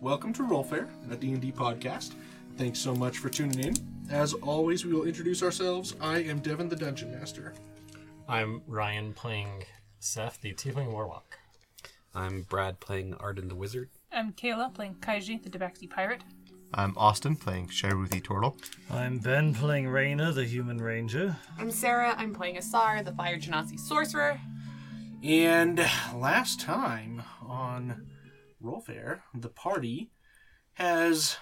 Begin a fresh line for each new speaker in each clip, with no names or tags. welcome to Rollfair, a D&D podcast. Thanks so much for tuning in. As always, we will introduce ourselves. I am Devin, the Dungeon Master.
I'm Ryan playing Seth, the Tiefling Warlock.
I'm Brad playing Arden the Wizard.
I'm Kayla playing Kaiji, the Debaxi Pirate.
I'm Austin playing Sherwoothy Turtle.
I'm Ben playing Raina, the Human Ranger.
I'm Sarah. I'm playing Asar, the Fire Genasi Sorcerer.
And last time on Rollfair, the party has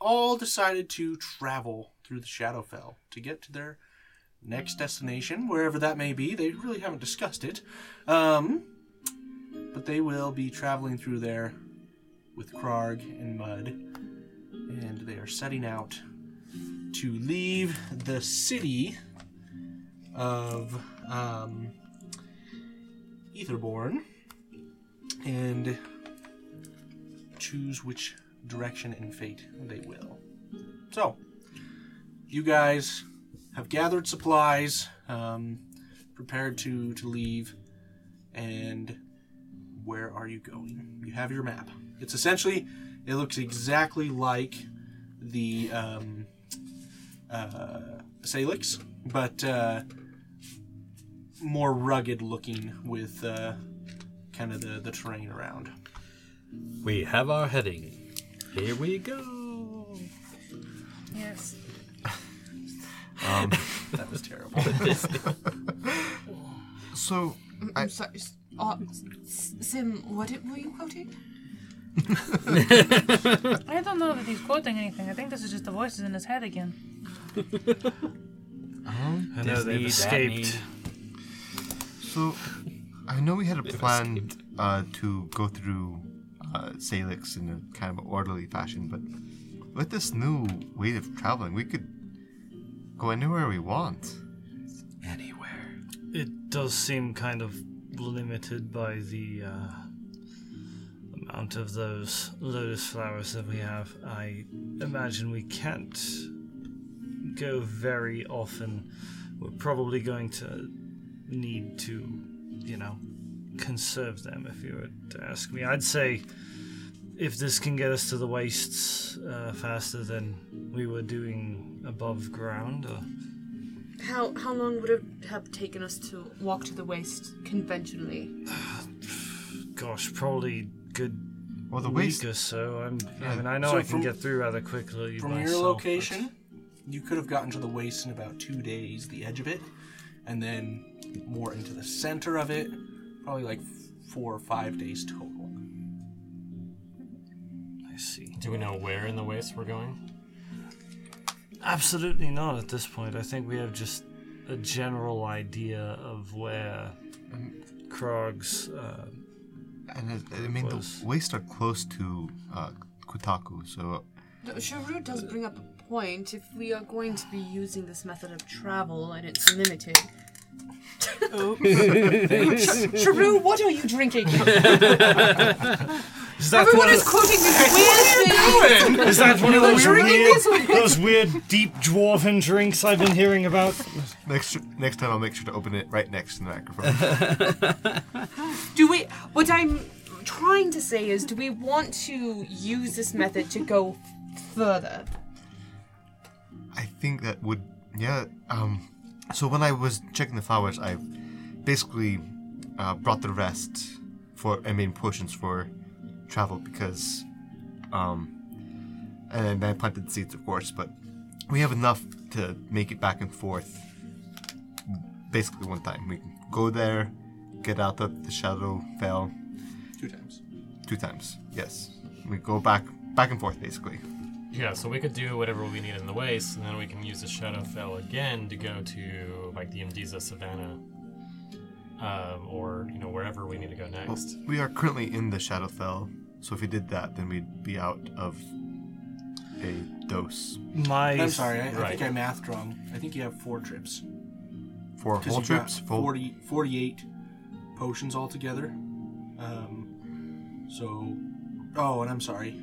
all decided to travel through the Shadowfell to get to their next destination, wherever that may be. They really haven't discussed it. Um, but they will be traveling through there with Krog and Mud, and they are setting out to leave the city of um, Etherborn and choose which direction and fate they will. So, you guys have gathered supplies, um, prepared to, to leave, and where are you going? You have your map. It's essentially, it looks exactly like the um, uh, Salix, but uh, more rugged looking with uh, kind of the, the terrain around.
We have our heading. Here we go.
Yes.
Um,
That was terrible.
So,
I'm sorry. s- Uh, S- Sim, what it, were you quoting?
I don't know that he's quoting anything. I think this is just the voices in his head again.
I know they've escaped.
so I know we had a plan uh, to go through uh, Salix in a kind of orderly fashion, but with this new way of traveling, we could go anywhere we want.
It does seem kind of limited by the uh, amount of those lotus flowers that we have. I imagine we can't go very often. We're probably going to need to, you know, conserve them if you were to ask me. I'd say if this can get us to the wastes uh, faster than we were doing above ground uh, or
How how long would it have taken us to walk to the waste conventionally?
gosh, probably good
Well, the
week
waste.
or so. I'm,
Yeah.
I mean, I know
So
I can
from-
get through rather quickly.
From your
myself, but-
location, you could have gotten to the waste in about two days, the edge of it, and then more into the center of it, probably like f- four or five days total.
I see.
Do we know where in the waste we're going?
Absolutely not at this point. I think we have just a general idea of where Krog's. Uh,
And I, I mean,
Was.
the waste are close to uh, Kutaku, so
Sharu does bring up a point. If we are going to be using this method of travel and it's limited. Sharu, what are you drinking?
is that
Everyone is quoting these weird things.
is that one of
those drinking weird- this one?
those weird deep dwarven drinks I've been hearing about?
next next time I'll make sure to open it right next to the microphone.
Do we? What I'm trying to say is, do we want to use this method to go f- further?
I think that would yeah. Um, so when I was checking the flowers, I basically uh, brought the rest for I mean portions for travel because, um, and I planted seeds of course, but we have enough to make it back and forth. Basically, one time we can go there, get out of the shadow fell
Two times.
two times. Yes, we go back back and forth basically.
Yeah, so we could do whatever we need in the waste, and then we can use the Shadowfell again to go to like the Mdiza Savannah, um, or you know wherever we need to go
Well,
next.
we are currently in the Shadowfell, so if we did that, then we'd be out of a dose
My
I'm sorry, I, I
Right.
think I math wrong. I think you have four trips.
for
'Cause
whole
you got
trips. Full
40, 48 potions altogether. Um, so, oh, and I'm sorry.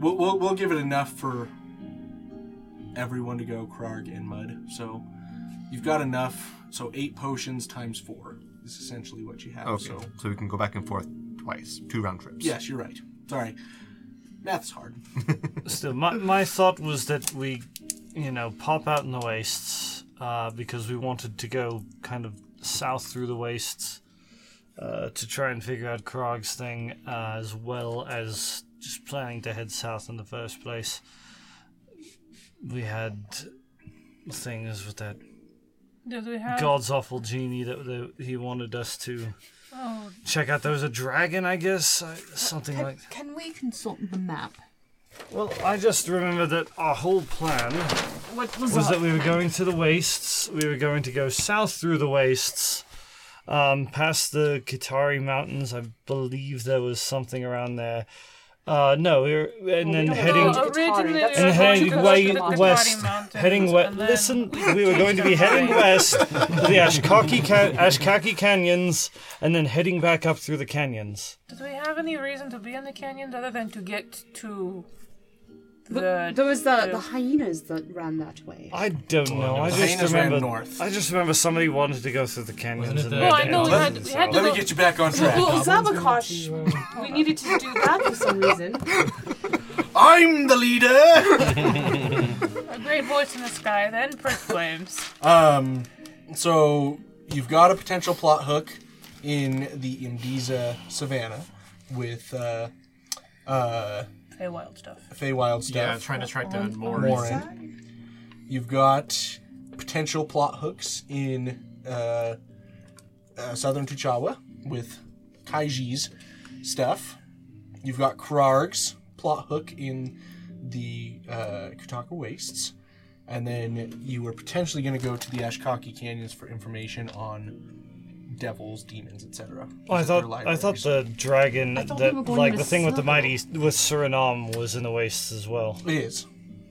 We'll, we'll, we'll give it enough for everyone to go Krog and Mud. So you've got enough. So eight potions times four is
Oh,
essentially what you have.
Okay,
So
so we can go back and forth twice, two round trips.
yes, you're right. Sorry. Math's hard.
Still, my, my thought was that we, you know, pop out in the wastes uh, because we wanted to go kind of south through the wastes uh, to try and figure out Krog's thing uh, as well as just planning to head south in the first place. We had things with that
Do we have?
god's awful genie that, that he wanted us to
Oh,
check out. There was a dragon, I guess, I, something
Can,
like that.
can we consult the map?
Well, I just remember that our whole plan
What was,
was
our-
that we were going to the wastes. We were going to go south through the wastes, um, past the Kitari Mountains. I believe there was something around there. Uh, no, we were, and then
don't
heading
know.
oh, originally
That's
we were going
and
the heading
to go
way-
to the Qatari
west,
mountains,
heading west.
and then-
Listen, we were going to be heading west to the Ashkaki Can- Ashkaki Canyons, and then heading back up through the canyons.
Did we have any reason to be in the canyons other than to get to
But
the?
there was the,
the-
the hyenas that ran that way.
I don't know. I just
Hyenas ran
remember.
north.
I just remember somebody wanted to go through the canyons.
it
And
the-
we
well,
had
I
to
know we
enter
had we had to
Let me
go-
get you back on track.
Well, Zabakosh, we needed to do that for some reason.
I'm the leader.
a great voice in the sky, then Prince Flames.
um, so you've got a potential plot hook in the Imdiza Savannah with uh, uh,
Hey, wild stuff.
Feywild stuff.
Yeah, trying to track down more.
Warren. You've got potential plot hooks in uh, uh, Southern T'Chawa with Kaiji's stuff. You've got Krarg's plot hook in the uh, Kutaka Wastes. And then you were potentially going to go to the Ashkaki Canyons for information on devils, demons, etc.
Well, Oh, I
Their
thought I
libraries.
thought the dragon
thought
that
we were going
like
to
the thing with the
Suriname.
mighty with Suriname was in the wastes as well.
It is.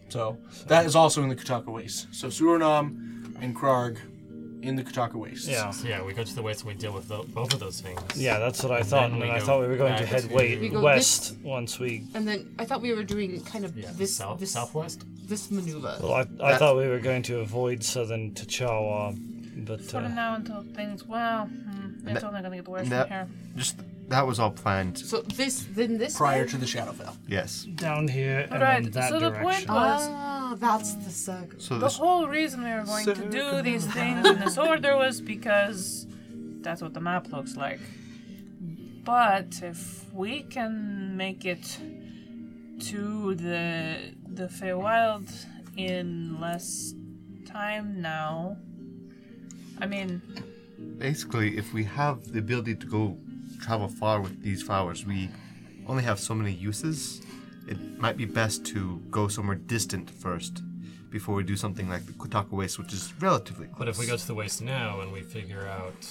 So that is also in the Kutaka Wastes. So Suriname and Krarg in the Kutaka Wastes.
Yeah,
So yeah, we go to the waste and we deal with tho- both of those things.
yeah, that's what I thought, and
we
then I
go
thought we were going to
back
head
to-
way
We
go
west once we.
And then I thought we were doing kind of
Yeah,
this
south,
this
southwest.
this maneuver.
Well, I, I thought we were going to avoid southern T'Chawa, but
For
uh,
now until things, well, hmm, it's only gonna get worse
that-
from here.
Just that was all planned.
So this then this
Prior
way-
to the Shadowfell.
Yes.
down here and
Right,
then that
so the point
direction.
was-
Ah, that's the circle.
So
The
this
whole reason we were going to do these things in this order was because that's what the map looks like. But if we can make it to the the Feywild in less time now, I mean,
basically, if we have the ability to go travel far with these flowers, we only have so many uses. It might be best to go somewhere distant first before we do something like the Kotaka Waste, which is relatively close.
But if we go to the waste now and we figure out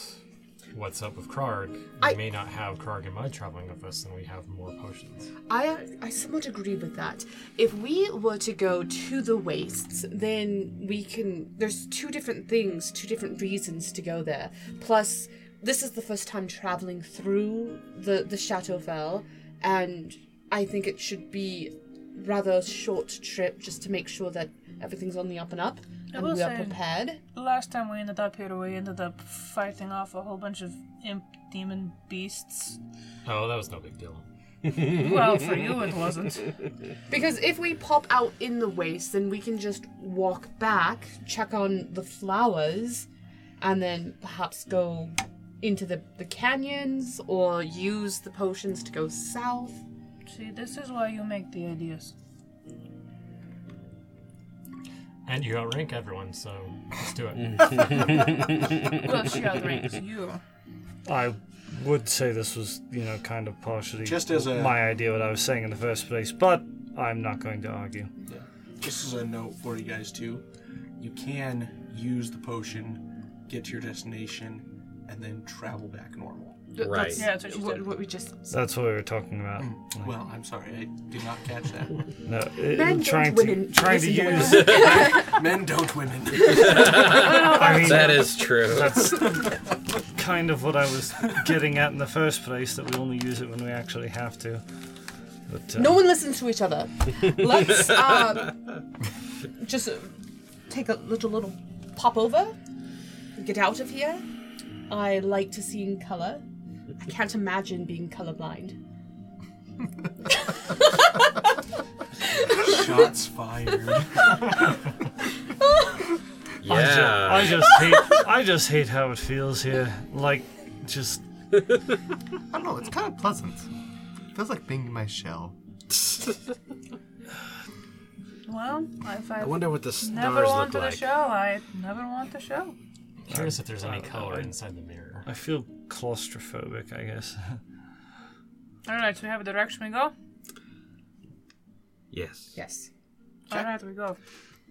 what's up with Krarg, we
I-
may not have Krarg and Mud traveling with us, and we have more potions.
I I somewhat agree with that. If we were to go to the wastes, then we can. There's two different things, two different reasons to go there. Plus, this is the first time traveling through the the Chateauvelle, and I think it should be rather short trip just to make sure that everything's on the up and up and
will
we are
say-
prepared.
last time we ended up here, we ended up fighting off a whole bunch of imp demon beasts.
Oh, that was no big deal.
Well, for you it wasn't.
Because if we pop out in the waste, then we can just walk back, check on the flowers, and then perhaps go into the, the canyons or use the potions to go south.
See, this is why you make the ideas.
And you outrank everyone, so let's do it.
Well, she outranks you.
I would say this was, you know, kind of partially
Just as a-
my idea what I was saying in the first place, but I'm not going to argue.
This is a note for you guys too. You can use the potion, get to your destination, and then travel back normal.
Th-
Right.
That's
Yeah, that's what she
what,
said.
what we just.
That's what we were talking about.
Well, I'm sorry, I did not catch that.
No, it-
Men
trying
don't
to
win in-
trying to
listen to
use.
Men don't women.
I mean,
That is true.
that's kind of what I was getting at in the first place. That we only use it when we actually have to. But, uh,
No one listens to each other. Let's um, just uh, take a little little pop over, get out of here. I like to see in color. I can't imagine being colorblind.
tired.
Yeah.
I just hate. I just hate how it feels here. Like, just
I don't know. It's kind of pleasant. feels like being in my shell.
Well, if I
I wonder what the
never
stars
want
look
the
like.
show, I never want the show.
Curious if there's any color inside the mirror.
I feel claustrophobic. I guess.
All right, so we have a direction we go.
Yes.
Yes.
All right, we go.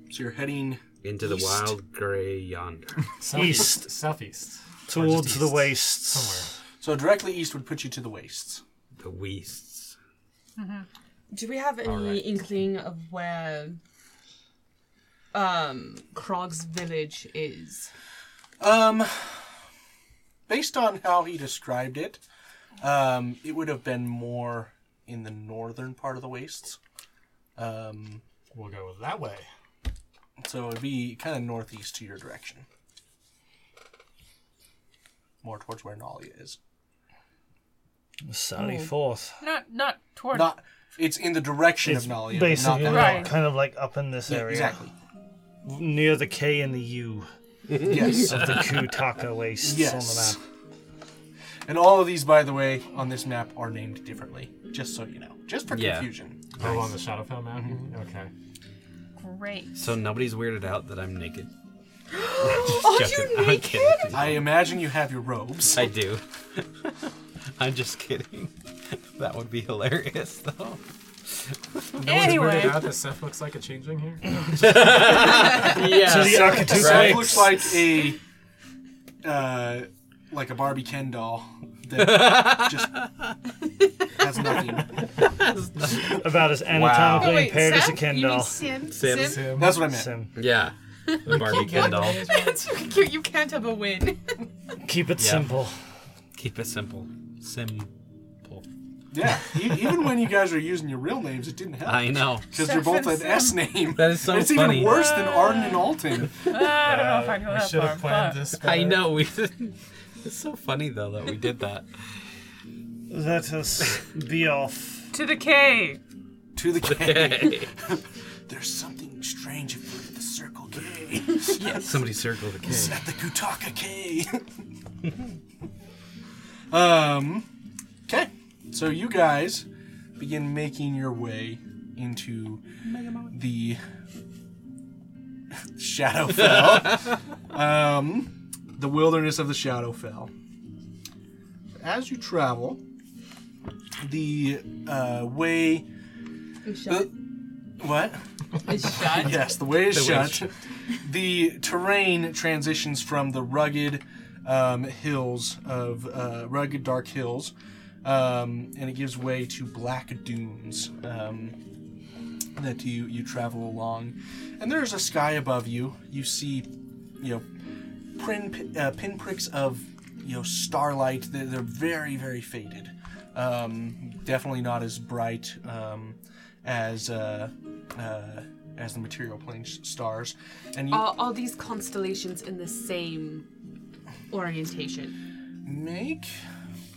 so you're heading
Into the wild grey yonder.
Southeast. Southeast. Or just
Towards the
east.
wastes.
Somewhere.
so directly east would put you to the wastes.
the weasts.
Do we have any inkling of where um Krog's village is?
Um, based on how he described it, um, it would have been more in the northern part of the wastes. Um,
We'll go that way.
so it'd be kind of northeast to your direction, more towards where Nalia is.
Sally
Mm.
forth.
Not not toward.
Not, it's in the direction
It's
of Nalia, but not
basically
that
Right.
far.
kind of like up in this
Yeah,
area,
exactly.
near the K and the U
Yes.
of the Kutaka wastes
Yes.
on the map.
And all of these, by the way, on this map are named differently, just so you know, just for
Yeah.
confusion.
Oh, on the Shadowfell Mountain?
Mm-hmm.
Okay.
Great.
So nobody's weirded out that I'm naked.
Are
Just
you
kidding. I'm
naked?
kidding.
I imagine you have your robes.
I do. I'm just kidding. That would be hilarious, though.
anyway,
that Seth looks like a changing here?
Yeah.
To the
That
Akatsuki.
looks like a, uh, like a Barbie Ken doll that just has nothing.
About as anatomically
Oh, Wait,
impaired as a
Sam?
Ken
You mean
doll.
Sim?
Sim.
That's what I meant.
Sim.
Yeah. The Barbie Ken doll.
That's really cute. You can't have a win.
Keep it
Yeah.
simple.
Keep it simple. Simple.
Yeah. E- even when you guys are using your real names, it didn't help
I know.
because you're both an
Stefan
S name.
That is so
it's
funny.
even worse than Arden and Alton.
I don't know if I go that
should
far.
have planned
but-
this.
I know. We. didn't- it's so funny though that we did that.
Let us be off.
To the cave.
To the K.
Hey.
There's something strange if you're at the Circle K.
Somebody circle the
It's
cave.
at the Kutaka K. um. Okay. So you guys begin making your way into the Shadowfell. um, the wilderness of the Shadowfell. As you travel, the uh, way.
Shut.
What?
Shut.
Yes, the way is
The way is
shut. the terrain transitions from the rugged um, hills of uh, rugged dark hills, um, and it gives way to black dunes um, that you you travel along. And there's a sky above you. You see, you know, pin uh, pinpricks of you know starlight. They're, they're very very faded. Um, definitely not as bright um, as. Uh, uh, as the material plane s- stars, and you,
Uh,
Are, are these constellations in the same orientation?
make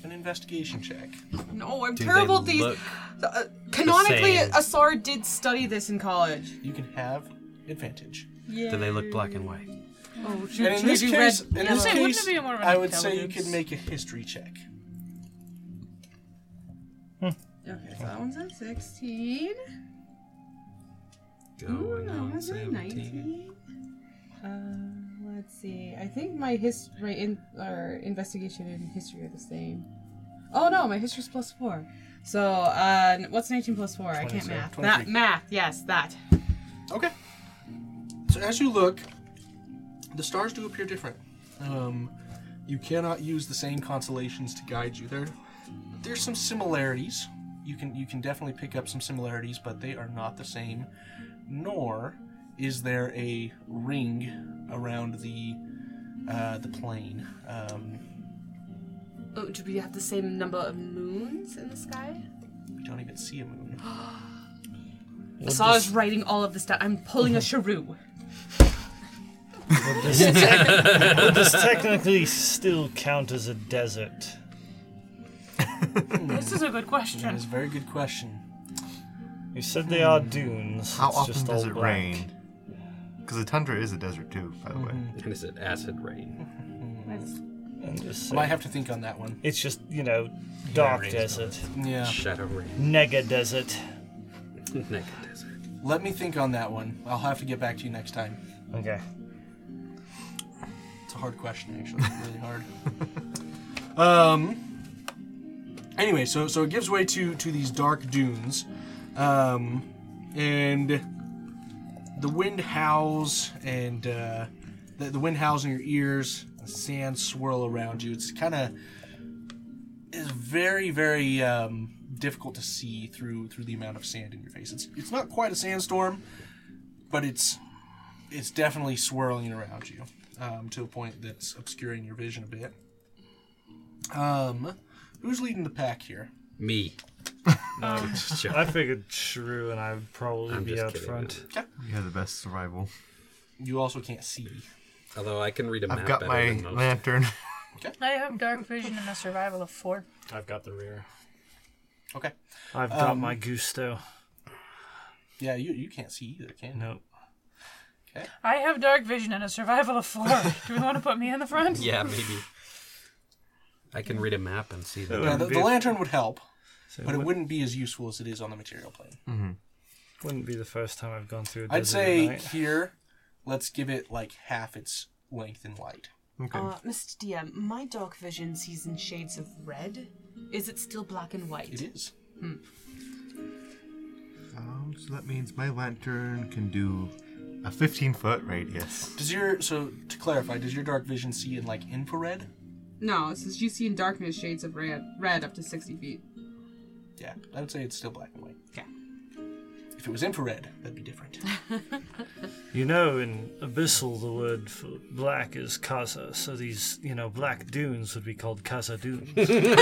an investigation check.
No, I'm
Do they
terrible at these.
look-
Uh, canonically,
same?
Asar did study this in college.
You can have advantage.
Yeah.
Do they look black and white?
Oh, should,
And in this
you
case,
read?
in
Yeah,
this
say, wouldn't it
case
be more of an
I would say you could make
intelligence?
a history check.
Okay, so that one's at 16.
Going
That
on
one's at
17.
19. Uh, let's see. I think my his my in or investigation and history are the same. Oh no, my history's plus four. So uh, n- what's nineteen plus four? I can't
22,
math.
23.
That math, yes, that.
Okay. So as you look, the stars do appear different. Um, you cannot use the same constellations to guide you. There, there's some similarities. You can you can definitely pick up some similarities, but they are not the same. Nor is there a ring around the uh, the plane. Um,
Oh, do we have the same number of moons in the sky?
we don't even see a moon.
Asar's writing all of this down. I'm pulling a
Uh-huh.
charou.
This technically still count as a desert.
This is a good
That
question.
is a very good question.
You said they are dunes.
Hmm. How
it's
often
just
does
all
it
black.
rain? Because the tundra is a desert too, by the way.
And is it acid rain?
I'm just
Might
saying.
have to think on that one.
It's just you know, dark
rain's
desert,
Yeah.
Shadow rain?
nega desert.
Naked desert.
Let me think on that one. I'll have to get back to you next time.
Okay.
It's a hard question, actually. really hard. Um. Anyway, so so it gives way to to these dark dunes, um, and the wind howls and uh, the, the wind howls in your ears. The sand swirl around you. It's kind of it's very very um, difficult to see through through the amount of sand in your face. It's it's not quite a sandstorm, but it's it's definitely swirling around you um, to a point that's obscuring your vision a bit. Um, who's leading the pack here?
Me.
Um,
Just joking.
I figured Shrew and I would probably
I'm
be
just
out
kidding.
front.
You have the best survival.
You also can't see.
Although I can read a map
I've got
better
my
than most.
lantern.
I have dark vision and a survival of four.
I've got the rear.
Okay.
I've got
Um,
my gusto.
Yeah, you, you can't see either, can you?
Nope.
I have dark vision and a survival of four. Do we want to put me in the front?
Yeah, maybe. I can read a map and see that.
Yeah, the, the lantern would help,
So
but it
wou-
wouldn't be as useful as it is on the material plane.
wouldn't be the first time I've gone through. A desert
I'd say
at night.
here, let's give it like half its length in light.
Okay.
Uh, Mr. DM, my dark vision sees in shades of red. Is it still black and
It
white?
is.
Um, so that means my lantern can do a 15 foot radius.
Does your so to clarify, does your dark vision see in like infrared?
No, it says you see in darkness shades of red, red up to 60 feet.
Yeah, I would say it's still black and white.
Okay.
If it was infrared, that'd be different.
You know, in Abyssal, the word for black is Kaza, so these, you know, black dunes would be called Kaza dunes.
Get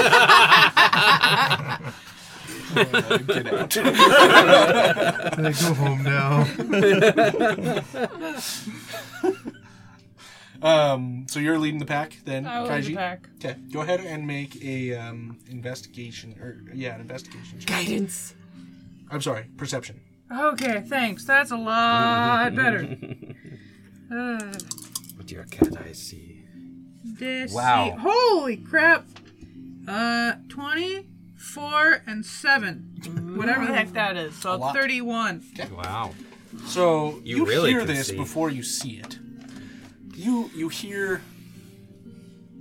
out.
Can I go home now?
Um, so you're leading the pack then,
I will lead the pack.
Okay, go ahead and make a um, investigation or yeah, an investigation. check.
Guidance.
I'm sorry, perception.
Okay, thanks. That's a lot better. Uh,
With your cat, I see.
this
Wow.
e- holy crap! Uh, twenty-four and seven, whatever the heck that is. So
lot.
thirty-one.
Wow.
So you,
You really
hear
can
this
see.
before you see it. You you hear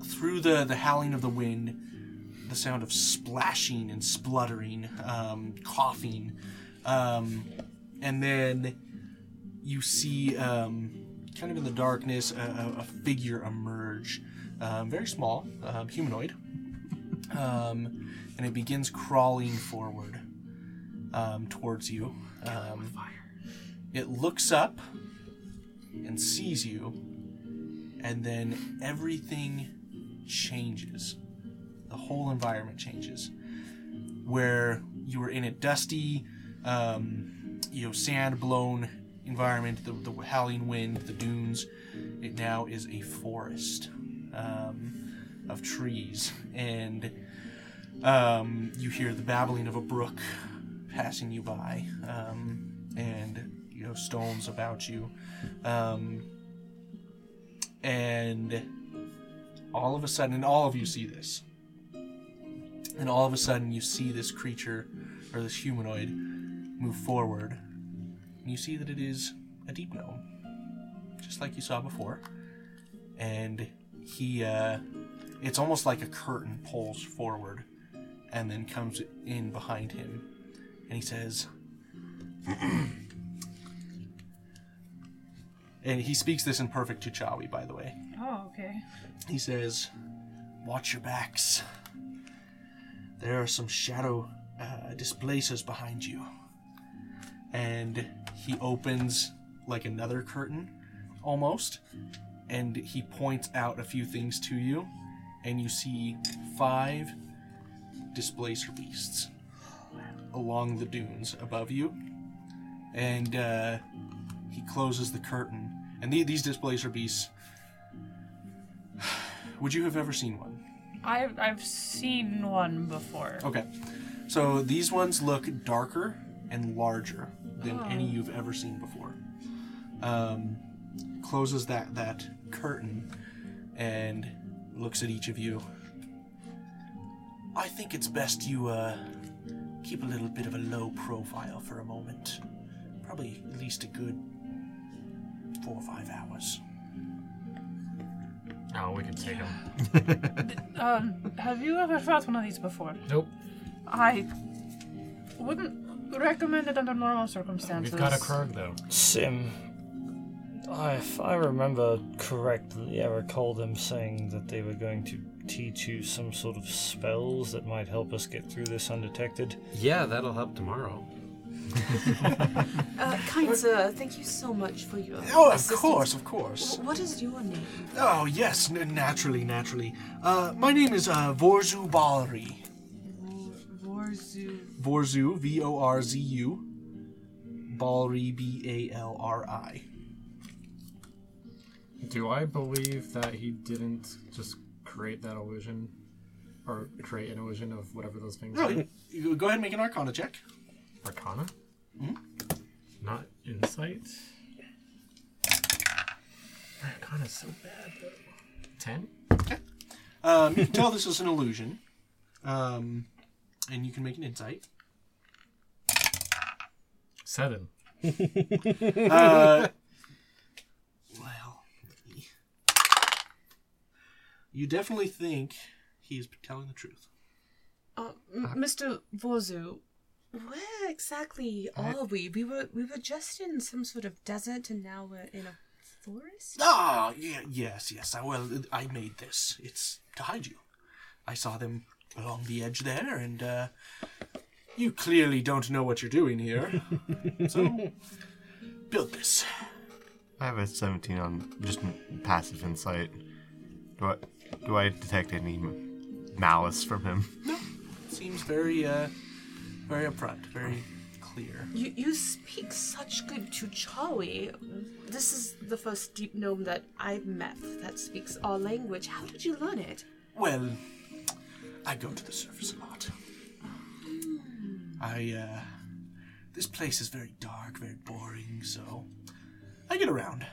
through the the howling of the wind, the sound of splashing and spluttering, um, coughing, um, and then you see um, kind of in the darkness a, a, a figure emerge, um, very small, um, humanoid, um, and it begins crawling forward um, towards you. Um, it looks up and sees you, and then everything changes. The whole environment changes. Where you were in a dusty, um, you know, sand blown environment, the, the howling wind, the dunes, it now is a forest um, of trees. And um, you hear the babbling of a brook passing you by, um, and you know stones about you, um, and all of a sudden, and all of you see this, and all of a sudden you see this creature or this humanoid move forward, and you see that it is a deep gnome, just like you saw before, and he. Uh, it's almost like a curtain pulls forward and then comes in behind him and he says and he speaks this in perfect Tuchawi by the way
Oh, okay.
he says watch your backs there are some shadow uh, displacers behind you and he opens like another curtain almost and he points out a few things to you and you see five displacer beasts along the dunes above you and uh, he closes the curtain and the, these displacer beasts would you have ever seen one
I've I've seen one before.
Okay. So these ones look darker and larger than any you've ever seen before. Um, closes that that curtain and looks at each of you. I think it's best you uh, keep a little bit of a low profile for a moment. Probably at least a good four or five hours.
Oh, we could take him.
Um, have you ever fought one of these before?
Nope.
I wouldn't recommend it under normal circumstances.
We've got a Krog, though.
Sim. I, if I remember correctly, I recall them saying that they were going to teach you some sort of spells that might help us get through this undetected.
Yeah, that'll help tomorrow.
Uh, kind sir, thank you so much for your.
Oh, of
assistance.
course, of course.
W- What is your name?
Oh, yes, n- naturally, naturally. Uh, my name is uh, Vorzu Balri.
Warzu.
Vorzu, V O R Z U. Balri, B A L R I.
Do I believe that he didn't just create that illusion? Or create an illusion of whatever those things
No, you- you go ahead and make an Arcana check.
Arcana? Hmm? Not insight? Arcana's so bad, though. Ten?
Um, you can tell this is an illusion. Um, and you can make an insight.
Seven.
Uh, well, you definitely think he's telling the truth.
Uh, m- Mr. Vorzu, where exactly are we? We were we were just in some sort of desert, and now we're in a forest.
Ah, yeah, yes, yes. I, well, I made this. It's to hide you. I saw them along the edge there, and uh, you clearly don't know what you're doing here. so, build this.
I have a 17 on just m- passive insight. Do I, do I detect any m- malice from him?
Seems very, uh, very upfront, very clear.
You you speak such good Chuchawi. This is the first deep gnome that I've met that speaks our language. How did you learn it?
Well, I go to the surface a lot. I, uh, this place is very dark, very boring, so I get around.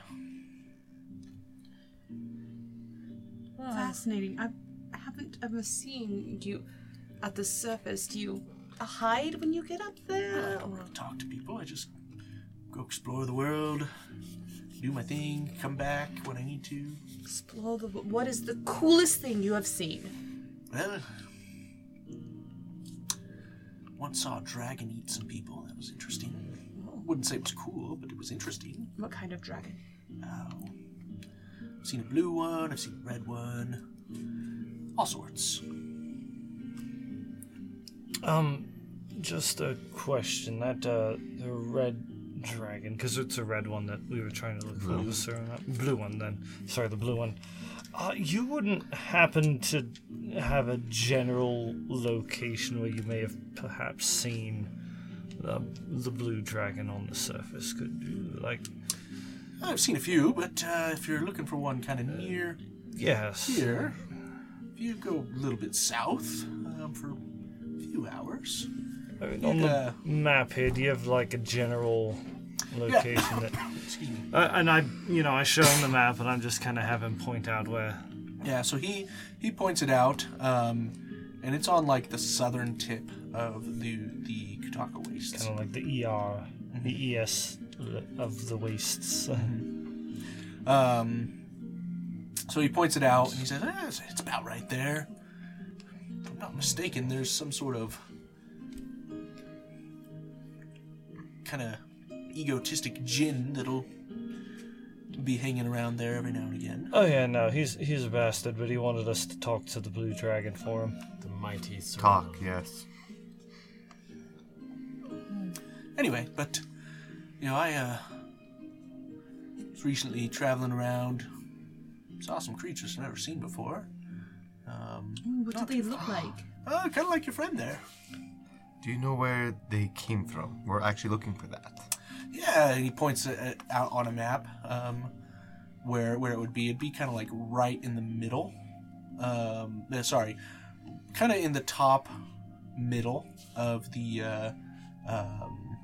Fascinating. I haven't ever seen you at the surface. Do you hide when you get up
I
there?
don't really talk to people. I just go explore the world, do my thing, come back when I need to.
Explore the. What is the coolest thing you have seen?
Well, once saw a dragon eat some people. That was interesting. Wouldn't say it was cool, but it was interesting.
What kind of dragon?
Oh. I've seen a blue one, I've seen a red one. All sorts.
Um, just a question. That, uh, the red dragon, because it's a red one that we were trying to look for, the serum, that blue one then. Sorry, the blue one. Uh, you wouldn't happen to have a general location where you may have perhaps seen the, the blue dragon on the surface? Could you, like,
I've seen a few, but uh, if you're looking for one kind of near
yes.
here, if you go a little bit south um, for a few hours,
I mean, on
Yeah.
the map here, do you have like a general location that?
excuse me,
Uh, and I, you know, I show him the map, and I'm just kind of have him point out where.
Yeah, so he he points it out, um, and it's on like the southern tip of the the Kataka Wastes.
kind of like the ER, the ES of the wastes.
Um, so he points it out, and he says, "Eh, it's, it's about right there." If I'm not mistaken, there's some sort of kind of egotistic djinn that'll be hanging around there every now and again.
oh yeah, no, he's he's a bastard, but he wanted us to talk to the blue dragon for him.
The mighty Sereno.
Talk, yes.
Anyway, but you know, I uh, was recently traveling around, saw some creatures I've never seen before. Um,
What do they look like?
uh, kind of like your friend there.
Do you know where they came from? We're actually looking for that.
Yeah, and he points it at- out on a map um, where where it would be. It'd be kind of like right in the middle. Um, uh, sorry, kind of in the top middle of the uh, um,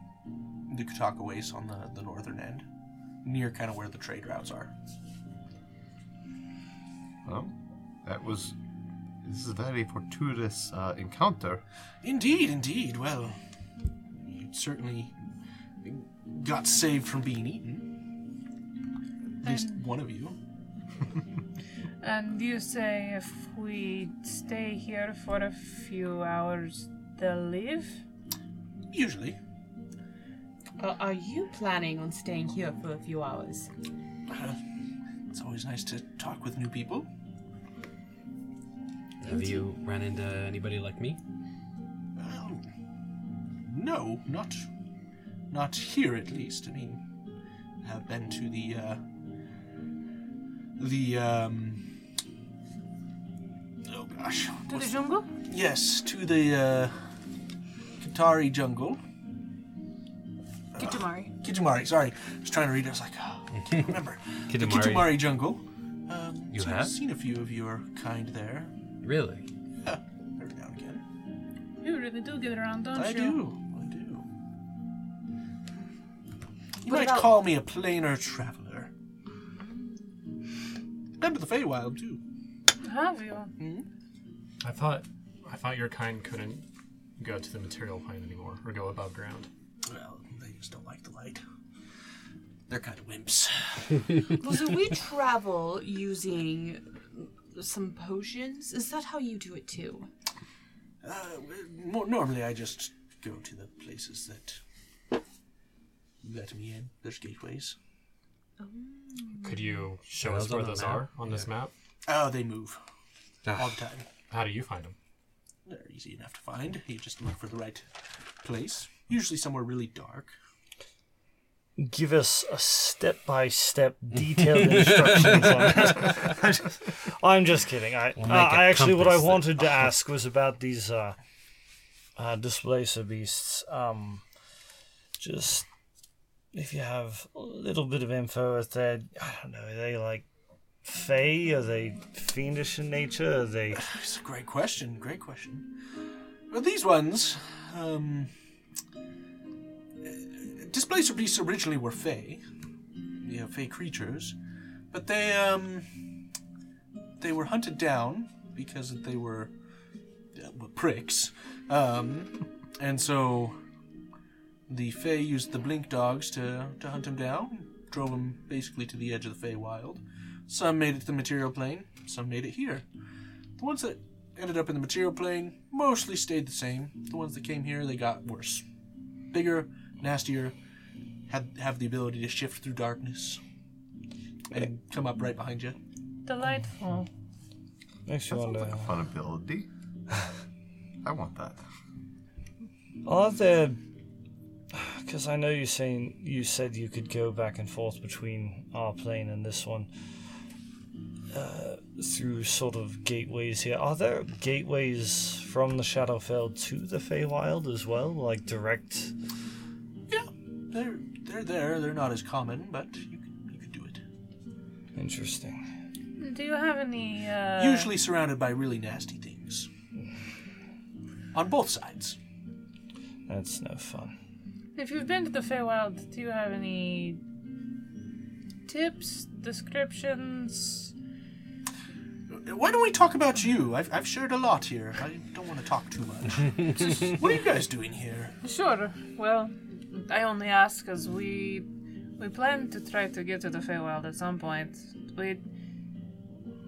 the Kataka Waste on the, the northern end, near kind of where the trade routes are.
Well, that was. This is a very fortuitous uh, encounter.
Indeed, indeed. Well, you certainly got saved from being eaten. At least one of you.
And you say if we stay here for a few hours, they'll leave?
Usually.
Uh, are you planning on staying here for a few hours?
Uh, it's always nice to talk with new people.
Have you run into anybody like me?
Well, no, not not here at least. I mean, I've been to the uh, the um, oh gosh,
To the
what's-
jungle?
yes, to the uh, Qatari jungle.
Kitamari.
Kijimari, sorry, I was trying to read. it. I was like, oh, I can't remember the
Kitamari.
Kijimari jungle. Um,
You
so
have?
I've seen a few of your kind there.
Really?
Yeah, every now and again.
You really do get around, don't
I
you?
do. I do. You
What
might
about-
call me a plainer traveler. Remember the Feywild too.
Have you?
I thought I thought your kind couldn't go to the material plane anymore or go above ground.
Well, they just don't like the light. They're kind of wimps.
Well, so we travel using some potions. Is that how you do it too?
Uh, more, normally, I just go to the places that let me in. There's gateways.
Could you show
Yeah,
us
those
where
on the
those
map.
are on this map?
Oh, they move all the
Ah,
time.
How do you find them?
They're easy enough to find. You just look for the right place. Usually somewhere really dark.
Give us a step by step detailed instructions on it. I'm just kidding. I,
We'll
uh,
make
I
a
actually, what I
compass that-
wanted to ask was about these uh, uh, displacer beasts. Um, just if you have a little bit of info, if they're, I don't know, are they like fey? Are they fiendish in nature? Are they.
It's a great question. Great question. Well, these ones, um, uh, displacer beasts originally were fey, you know, fey creatures, but they um, they were hunted down because they were, uh, were pricks, um, and so the fey used the blink dogs to to hunt them down, drove them basically to the edge of the fey wild. Some made it to the material plane, some made it here. The ones that ended up in the material plane mostly stayed the same. The ones that came here, they got worse. Bigger, nastier, had have the ability to shift through darkness and come up right behind you.
Delightful.
Makes you
That sounds
wonder.
like a fun ability. I want that.
Are there? Because I know you saying you said you could go back and forth between our plane and this one uh, through sort of gateways here. Are there gateways from the Shadowfell to the Feywild as well, like direct?
Yeah, they're they're there. They're not as common, but you can, you can do it.
Interesting.
Do you have any. Uh,
Usually surrounded by really nasty things on both sides.
That's no fun.
If you've been to the Feywild, do you have any tips, descriptions?
Why don't we talk about you? I've, I've shared a lot here. I don't want to talk too much. what are you guys doing here?
Sure. Well, I only ask as we we plan to try to get to the Feywild at some point. We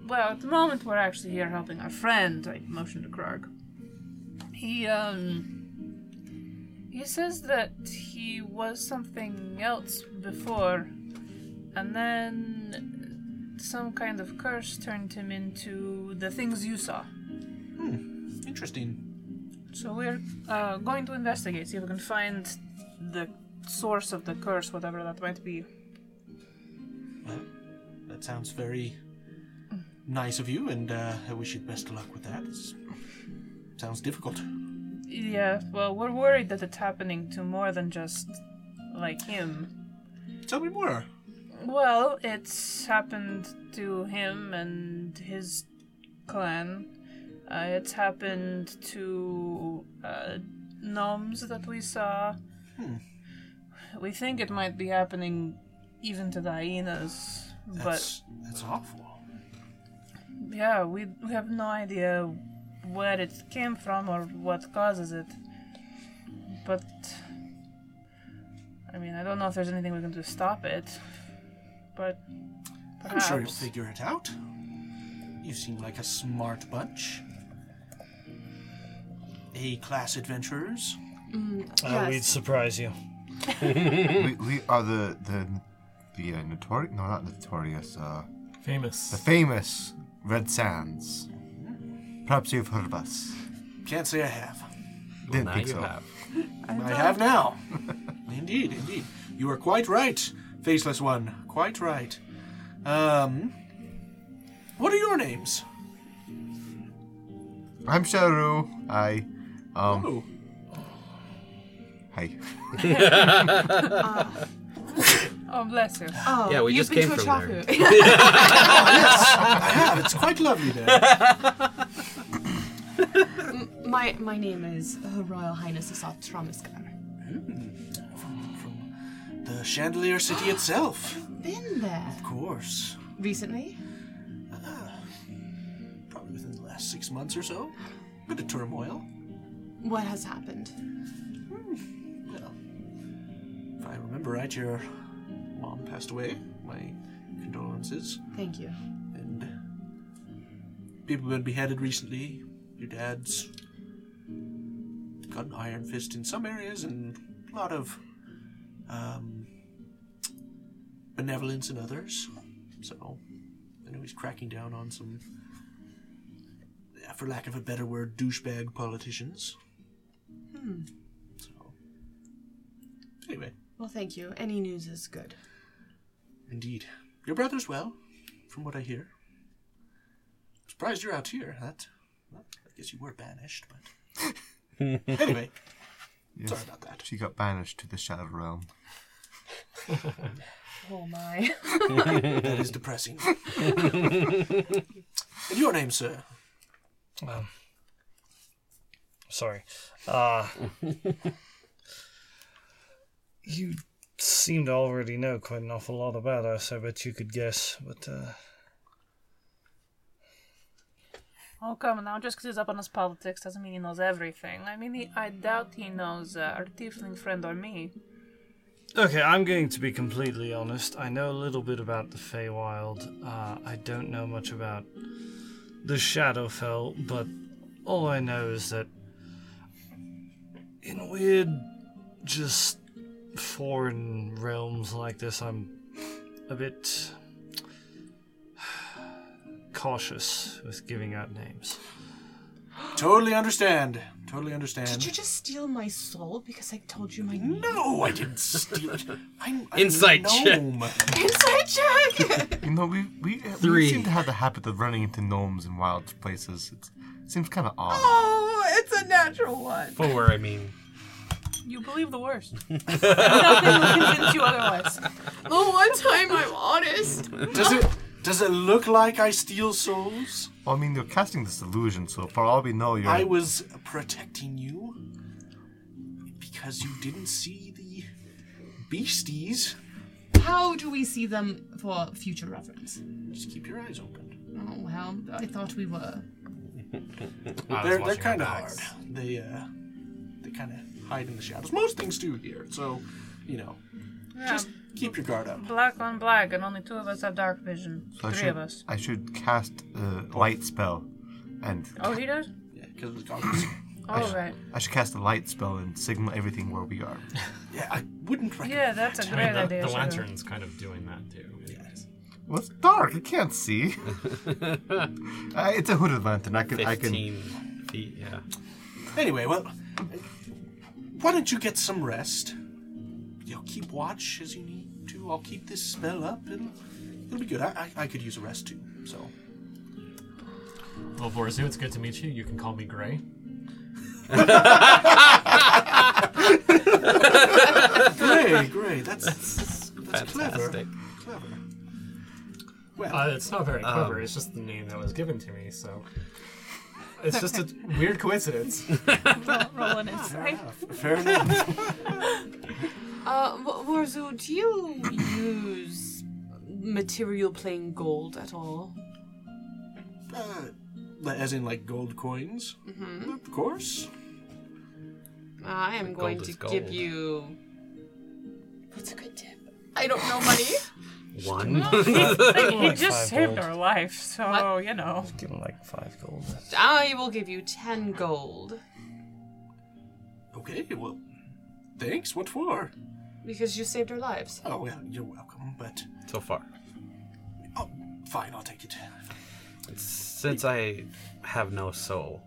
well, at the moment we're actually here helping our friend. I motion to Krog. He um he says that he was something else before, and then some kind of curse turned him into the things you saw.
Interesting.
So we're uh, going to investigate, see if we can find the source of the curse, whatever that might be.
Well, that sounds very nice of you, and uh, I wish you the best of luck with that. It's, sounds difficult.
Yeah, well, we're worried that it's happening to more than just like him.
Tell me more.
Well, it's happened to him and his clan. Uh, it's happened to uh, gnomes that we saw. We think it might be happening even to the hyenas, but
That's, that's awful.
yeah, we, we have no idea where it came from or what causes it. But I mean, I don't know if there's anything we can do to stop it, but
I'm
perhaps
sure you'll figure it out. You seem like a smart bunch. A class adventurers.
Mm,
Uh, We'd surprise you.
we, we are the the the uh, notorious. No, not notorious. Uh, the
Famous.
famous Red Sands. Perhaps you've heard of us.
Can't say I have.
Didn't
now
think
you
so.
have.
I have now. indeed, indeed. You are quite right, faceless one. Quite right. Um, what are your names?
I'm Sharu. I um.
Oh,
Hi.
oh bless you.
Oh,
Yeah, we
You've been
just came
to a
from
chocolate.
there.
I have. It's Ah, quite lovely there.
My my name is Her Royal Highness Asaf Tramaskar.
The Chandelier City itself.
Been there
Of course.
recently.
Probably within the last six months or so. Bit of turmoil.
What has happened?
Well, if I remember right, your mom passed away. My condolences.
Thank you.
And people have been beheaded recently. Your dad's got an iron fist in some areas, and a lot of um, benevolence in others. So, I know he's cracking down on some, for lack of a better word, douchebag politicians. Hmm. So, anyway,
Well, thank you. Any news is good.
Indeed. Your brother's well, from what I hear. Surprised you're out here. That, well, I guess you were banished, but anyway, sorry about that.
She got banished to the Shadow Realm.
Oh my.
That is depressing. and your name, sir?
Um, sorry. Uh, you seem to already know quite an awful lot about us. I bet you could guess, but uh,
Oh, come now. Just 'cause he's up on his politics doesn't mean he knows everything. I mean, he, I doubt he knows uh, our tiefling friend or me.
okay, I'm going to be completely honest. I know a little bit about the Feywild. Uh, I don't know much about the Shadowfell, but all I know is that in weird, just foreign realms like this, I'm a bit cautious with giving out names.
Totally understand. Totally
Did you
understand.
just steal my soul because I told you my name?
No, I didn't steal it. I'm, I'm
Insight check.
check.
Inside check.
You know, we we, we
Three.
seem to have the habit of running into gnomes in wild places. It seems kind of odd.
Oh, it's a natural one.
Four, I mean.
You believe the worst. Nothing will convince you otherwise.
the one time I'm honest.
Does it? Does it look like I steal souls?
Well, I mean, you're casting this illusion, so for all we know, you're.
I was protecting you because you didn't see the beasties.
How do we see them for future reference?
Just keep your eyes open.
Oh well, I thought we were.
I was
They're they're
watching our
kind of hard.
backs.
They uh, they kind of hide in the shadows. Most things do here. So, you know, just keep your guard up.
Black on black, and only two of us have dark vision.
I
Three
should,
of us.
I should cast a light spell, and
Oh, he does?
Yeah, because of the goggles.
Oh, right.
I should cast a light spell and signal everything where we are.
yeah, I wouldn't recommend.
Yeah, that's a
I
great
mean, the,
idea.
the
sure.
lantern's kind of doing that too.
Well, it's dark. I can't see. uh, it's a hooded lantern. I can. I can.
Fifteen feet. Yeah.
Anyway, well, why don't you get some rest? You know, keep watch as you need to. I'll keep this spell up. It'll it'll be good. I I, I could use a rest too. So.
Well, Borzu, it's good to meet you. You can call me Gray.
Great, great. That's that's, clever.
Fantastic.
Clever. Well,
Uh, it's not very clever. it's just the name that was given to me, so it's just a weird coincidence.
Roll an insight.
fair enough.
Uh, Wa- Warzu, do you use material plain gold at all?
Uh, as in like gold coins? Mm-hmm. Of course.
Uh, I am going
gold
to
is gold.
give you. What's a good tip? I don't know money.
One.
Like, he just
five
saved
gold.
our life, so you know.
Give him like five gold.
I will give you ten gold
Okay, well, thanks. What for?
because you saved our lives.
Oh, well, you're welcome, but.
so far.
Oh, fine, I'll take it.
Since I have no soul,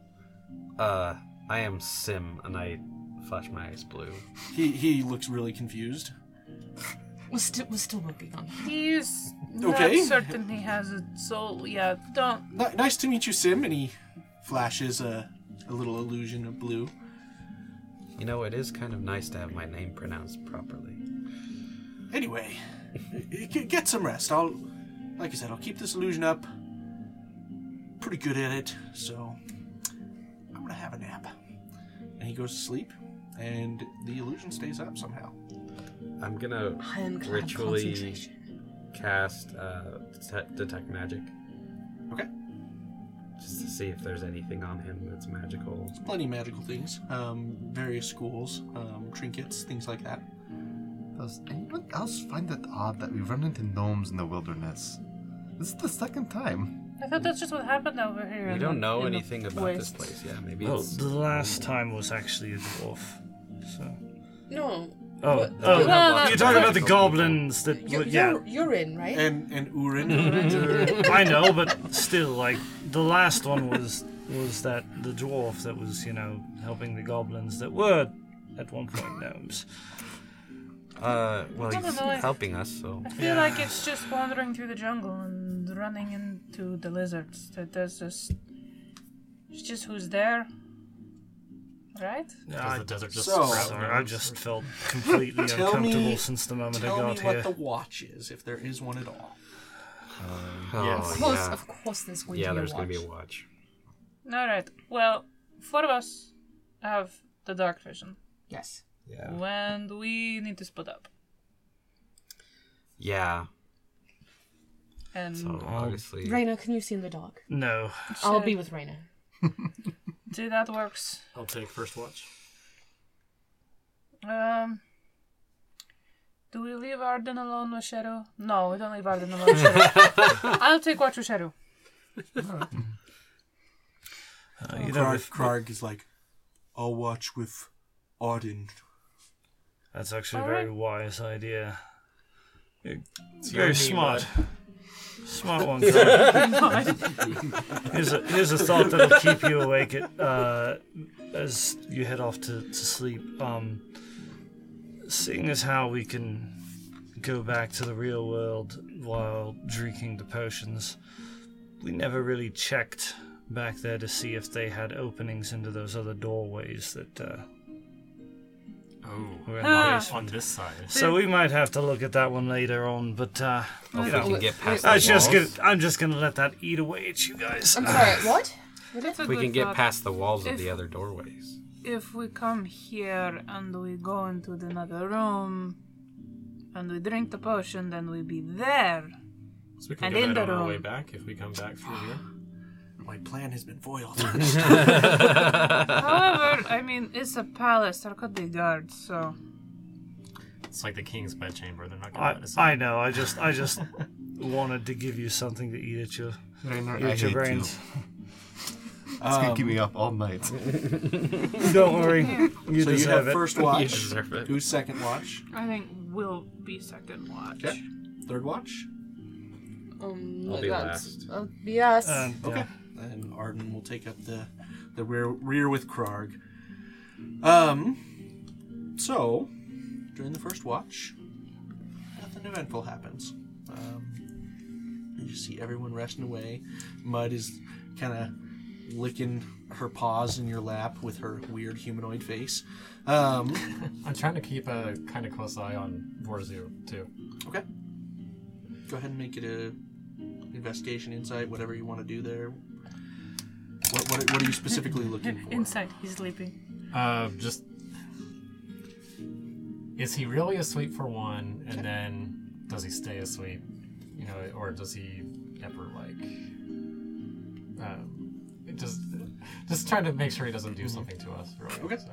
uh, I am Sim, and I flash my eyes blue.
He, he looks really confused.
We're still we're still working on. It.
He's
Okay.
not certain he has a soul. Yeah, don't.
Ni- nice to meet you, Sim, and he flashes a, a little illusion of blue.
You know, it is kind of nice to have my name pronounced properly.
Anyway, g- g- get some rest. I'll, like I said, I'll keep this illusion up. Pretty good at it, so I'm gonna have a nap. And he goes to sleep, and the illusion stays up somehow.
I'm gonna
Ironclad
ritually
concentration.
cast uh, detect, detect magic.
Okay.
Just to see if there's anything on him that's magical.
Plenty of magical things, um, various schools, um, trinkets, things like that.
Does anyone else find it odd that we run into gnomes in the wilderness? This is the second time.
I thought that's just what happened over here.
We
in
don't
the-
know
in the
anything about this
West.
place. Yeah, maybe
Well,
it's
the last time was actually a dwarf. So.
No,
oh,
Oh, oh
Well, that's
you're talking
right.
about the goblins that.
you're,
were- yeah,
you're, you're in right.
And and Urin,
I know, but still, like the last one was was that the dwarf that was you know helping the goblins that were at one point gnomes.
Uh, well,
don't
he's
know if-
helping us, so
I feel like it's just wandering through the jungle and running into the lizards. That there's just. It's just who's there. Right?
Does
I,
the desert just
So-
sprout
sorry, I
gnomes?
just felt completely
Tell
uncomfortable
me-
since the moment I
tell me
got
what
here.
the watch is, if there is one at all.
oh,
Of
yes.
course,
yeah,
of course, there's going
yeah,
to be
there's
a
gonna
watch.
be a watch.
Alright, well, four of us have the dark vision.
Yes.
Yeah,
When do we need to split up?
yeah.
And
So obviously,
Raina, can you see in the dog?
No,
Oh,
I'll be with Raina.
see that works.
I'll take first watch.
Um, do we leave Arden alone with Shadow? No, we don't leave Arden alone with Shadow. I'll take watch with Shadow.
uh, you know,
Krarg,
if-
Krarg is like, I'll watch with Arden.
that's actually a
All
very
right.
wise idea. You're
very
very
mean,
smart. Smart one. Krog. here's a here's a thought that'll keep you awake at, uh, as you head off to, to sleep. Um, seeing as how we can go back to the real world while drinking the potions, we never really checked back there to see if they had openings into those other doorways that uh,
Oh,
were in the
Ah.
basement.
on this side.
So we might have to look at that one later on, but uh,
Oh, if we can get past the
I
walls,
was just gonna, I'm just gonna let that eat away at you guys.
I'm sorry. What?
if we can get past the walls of
If-
the other doorways.
If we come here and we go into the another room and we drink the potion, then we be there.
So we can
And
go
in
that on
the
our
room.
way back if we come back through here.
My plan has been foiled.
However, I mean, it's a palace. There could be guards, so
It's like the king's bedchamber. They're not gonna
I,
let us. in.
I know. I just I just wanted to give you something to eat at your
Rainer,
eat
I
at
hate you.
your brains.
It's gonna keep me up all night.
Don't worry, you
so you
deserve
have
it.
first watch,
deserve it.
who's second watch,
I think we'll be second watch.
Okay. third watch,
Um,
I'll be
that's-
last.
I'll be us.
And, yeah.
Okay. and Arden will take up the the rear rear with Krarg. Um, so during the first watch, nothing eventful happens. Um, you just see everyone resting away. Mud is kind of licking her paws in your lap with her weird humanoid face. Um,
I'm trying to keep a kind of close eye on Vorzu too.
Okay. Go ahead and make it a investigation, insight, whatever you want to do there. What what, what are you specifically looking for?
Inside, he's sleeping.
Uh, just Uh, is he really asleep for one, and then does he stay asleep? You know, or does he ever like? Um, it just, just trying to make sure he doesn't do something to us. Really,
Okay.
so.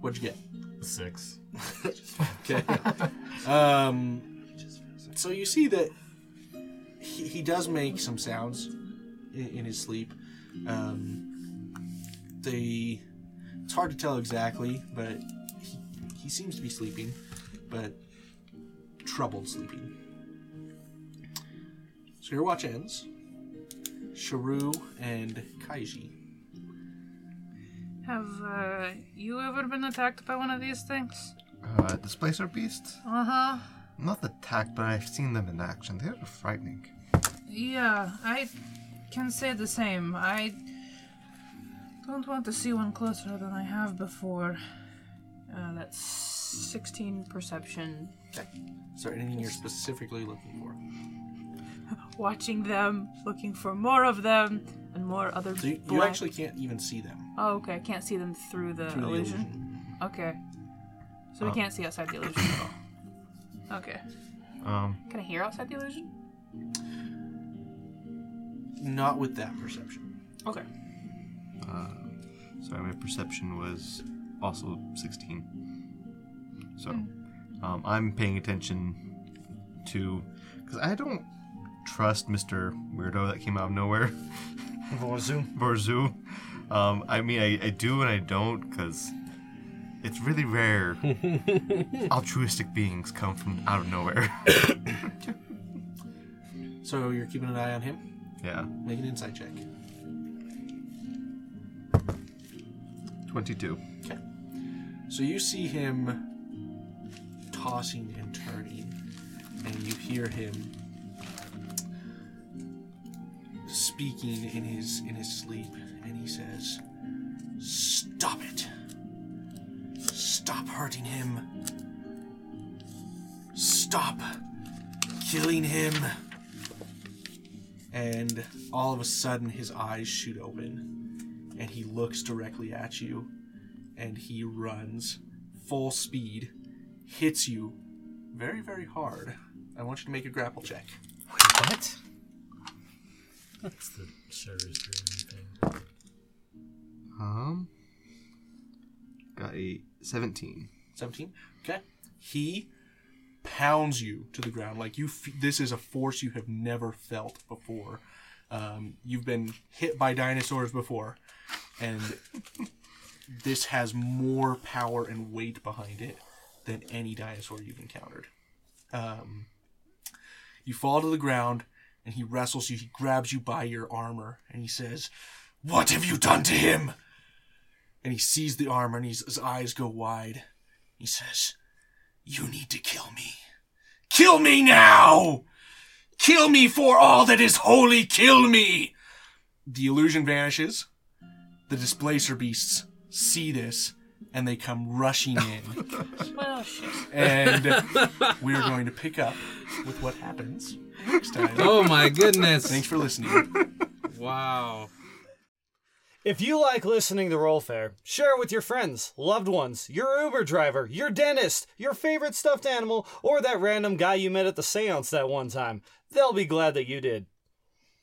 What'd you get?
Six.
Okay. um, so you see that he, he does make some sounds in, in his sleep. Um, they, it's hard to tell exactly, but he, he seems to be sleeping, but troubled sleeping. So your watch ends. Sharu and Kaiji.
Have uh, you ever been attacked by one of these things?
Uh, displacer beasts?
Uh huh.
Not attacked, but I've seen them in action. They're frightening.
Yeah, I can say the same. I don't want to see one closer than I have before. Uh, that's 16 perception.
Is there anything you're specifically looking for?
Watching them, looking for more of them, and more other
So you, you
black-
actually can't even see them
Oh, okay. I can't see them through the
through the
illusion.
illusion. Oh.
Okay. So we can't see outside the illusion at all. Okay.
Um,
Can I hear outside the illusion?
Not with that perception.
Okay.
Sorry, my perception was also 16. So, um, I'm paying attention to. Because I don't trust Mr. Weirdo that came out of nowhere,
Vorzu.
Borzu. Um, I mean, I, I do and I don't, because it's really rare altruistic beings come from out of nowhere.
So you're keeping an eye on him?
yeah.
Make an insight check.
22.
So you see him tossing and turning, and you hear him speaking in his in his sleep, and he says, "Stop it! Stop hurting him! Stop killing him!" And all of a sudden, his eyes shoot open, and he looks directly at you and he runs full speed, hits you very, very hard. I want you to make a grapple check.
What?
That's the Sherry's dream thing.
Um, got a 17.
17. Okay. He pounds you to the ground. Like, you, f- this is a force you have never felt before. Um, you've been hit by dinosaurs before, and this has more power and weight behind it than any dinosaur you've encountered. Um, you fall to the ground, and he wrestles you. He grabs you by your armor, and he says, What have you done to him? And he sees the armor, and he's, his eyes go wide. He says, You need to kill me. Kill me now! Kill me for all that is holy, kill me! The illusion vanishes. The displacer beasts see this and they come rushing in.
Well, shit.
and we're going to pick up with what happens next time.
Oh my goodness.
Thanks for listening.
Wow.
If you like listening to Roll Fair, share it with your friends, loved ones, your Uber driver, your dentist, your favorite stuffed animal, or that random guy you met at the seance that one time. They'll be glad that you did.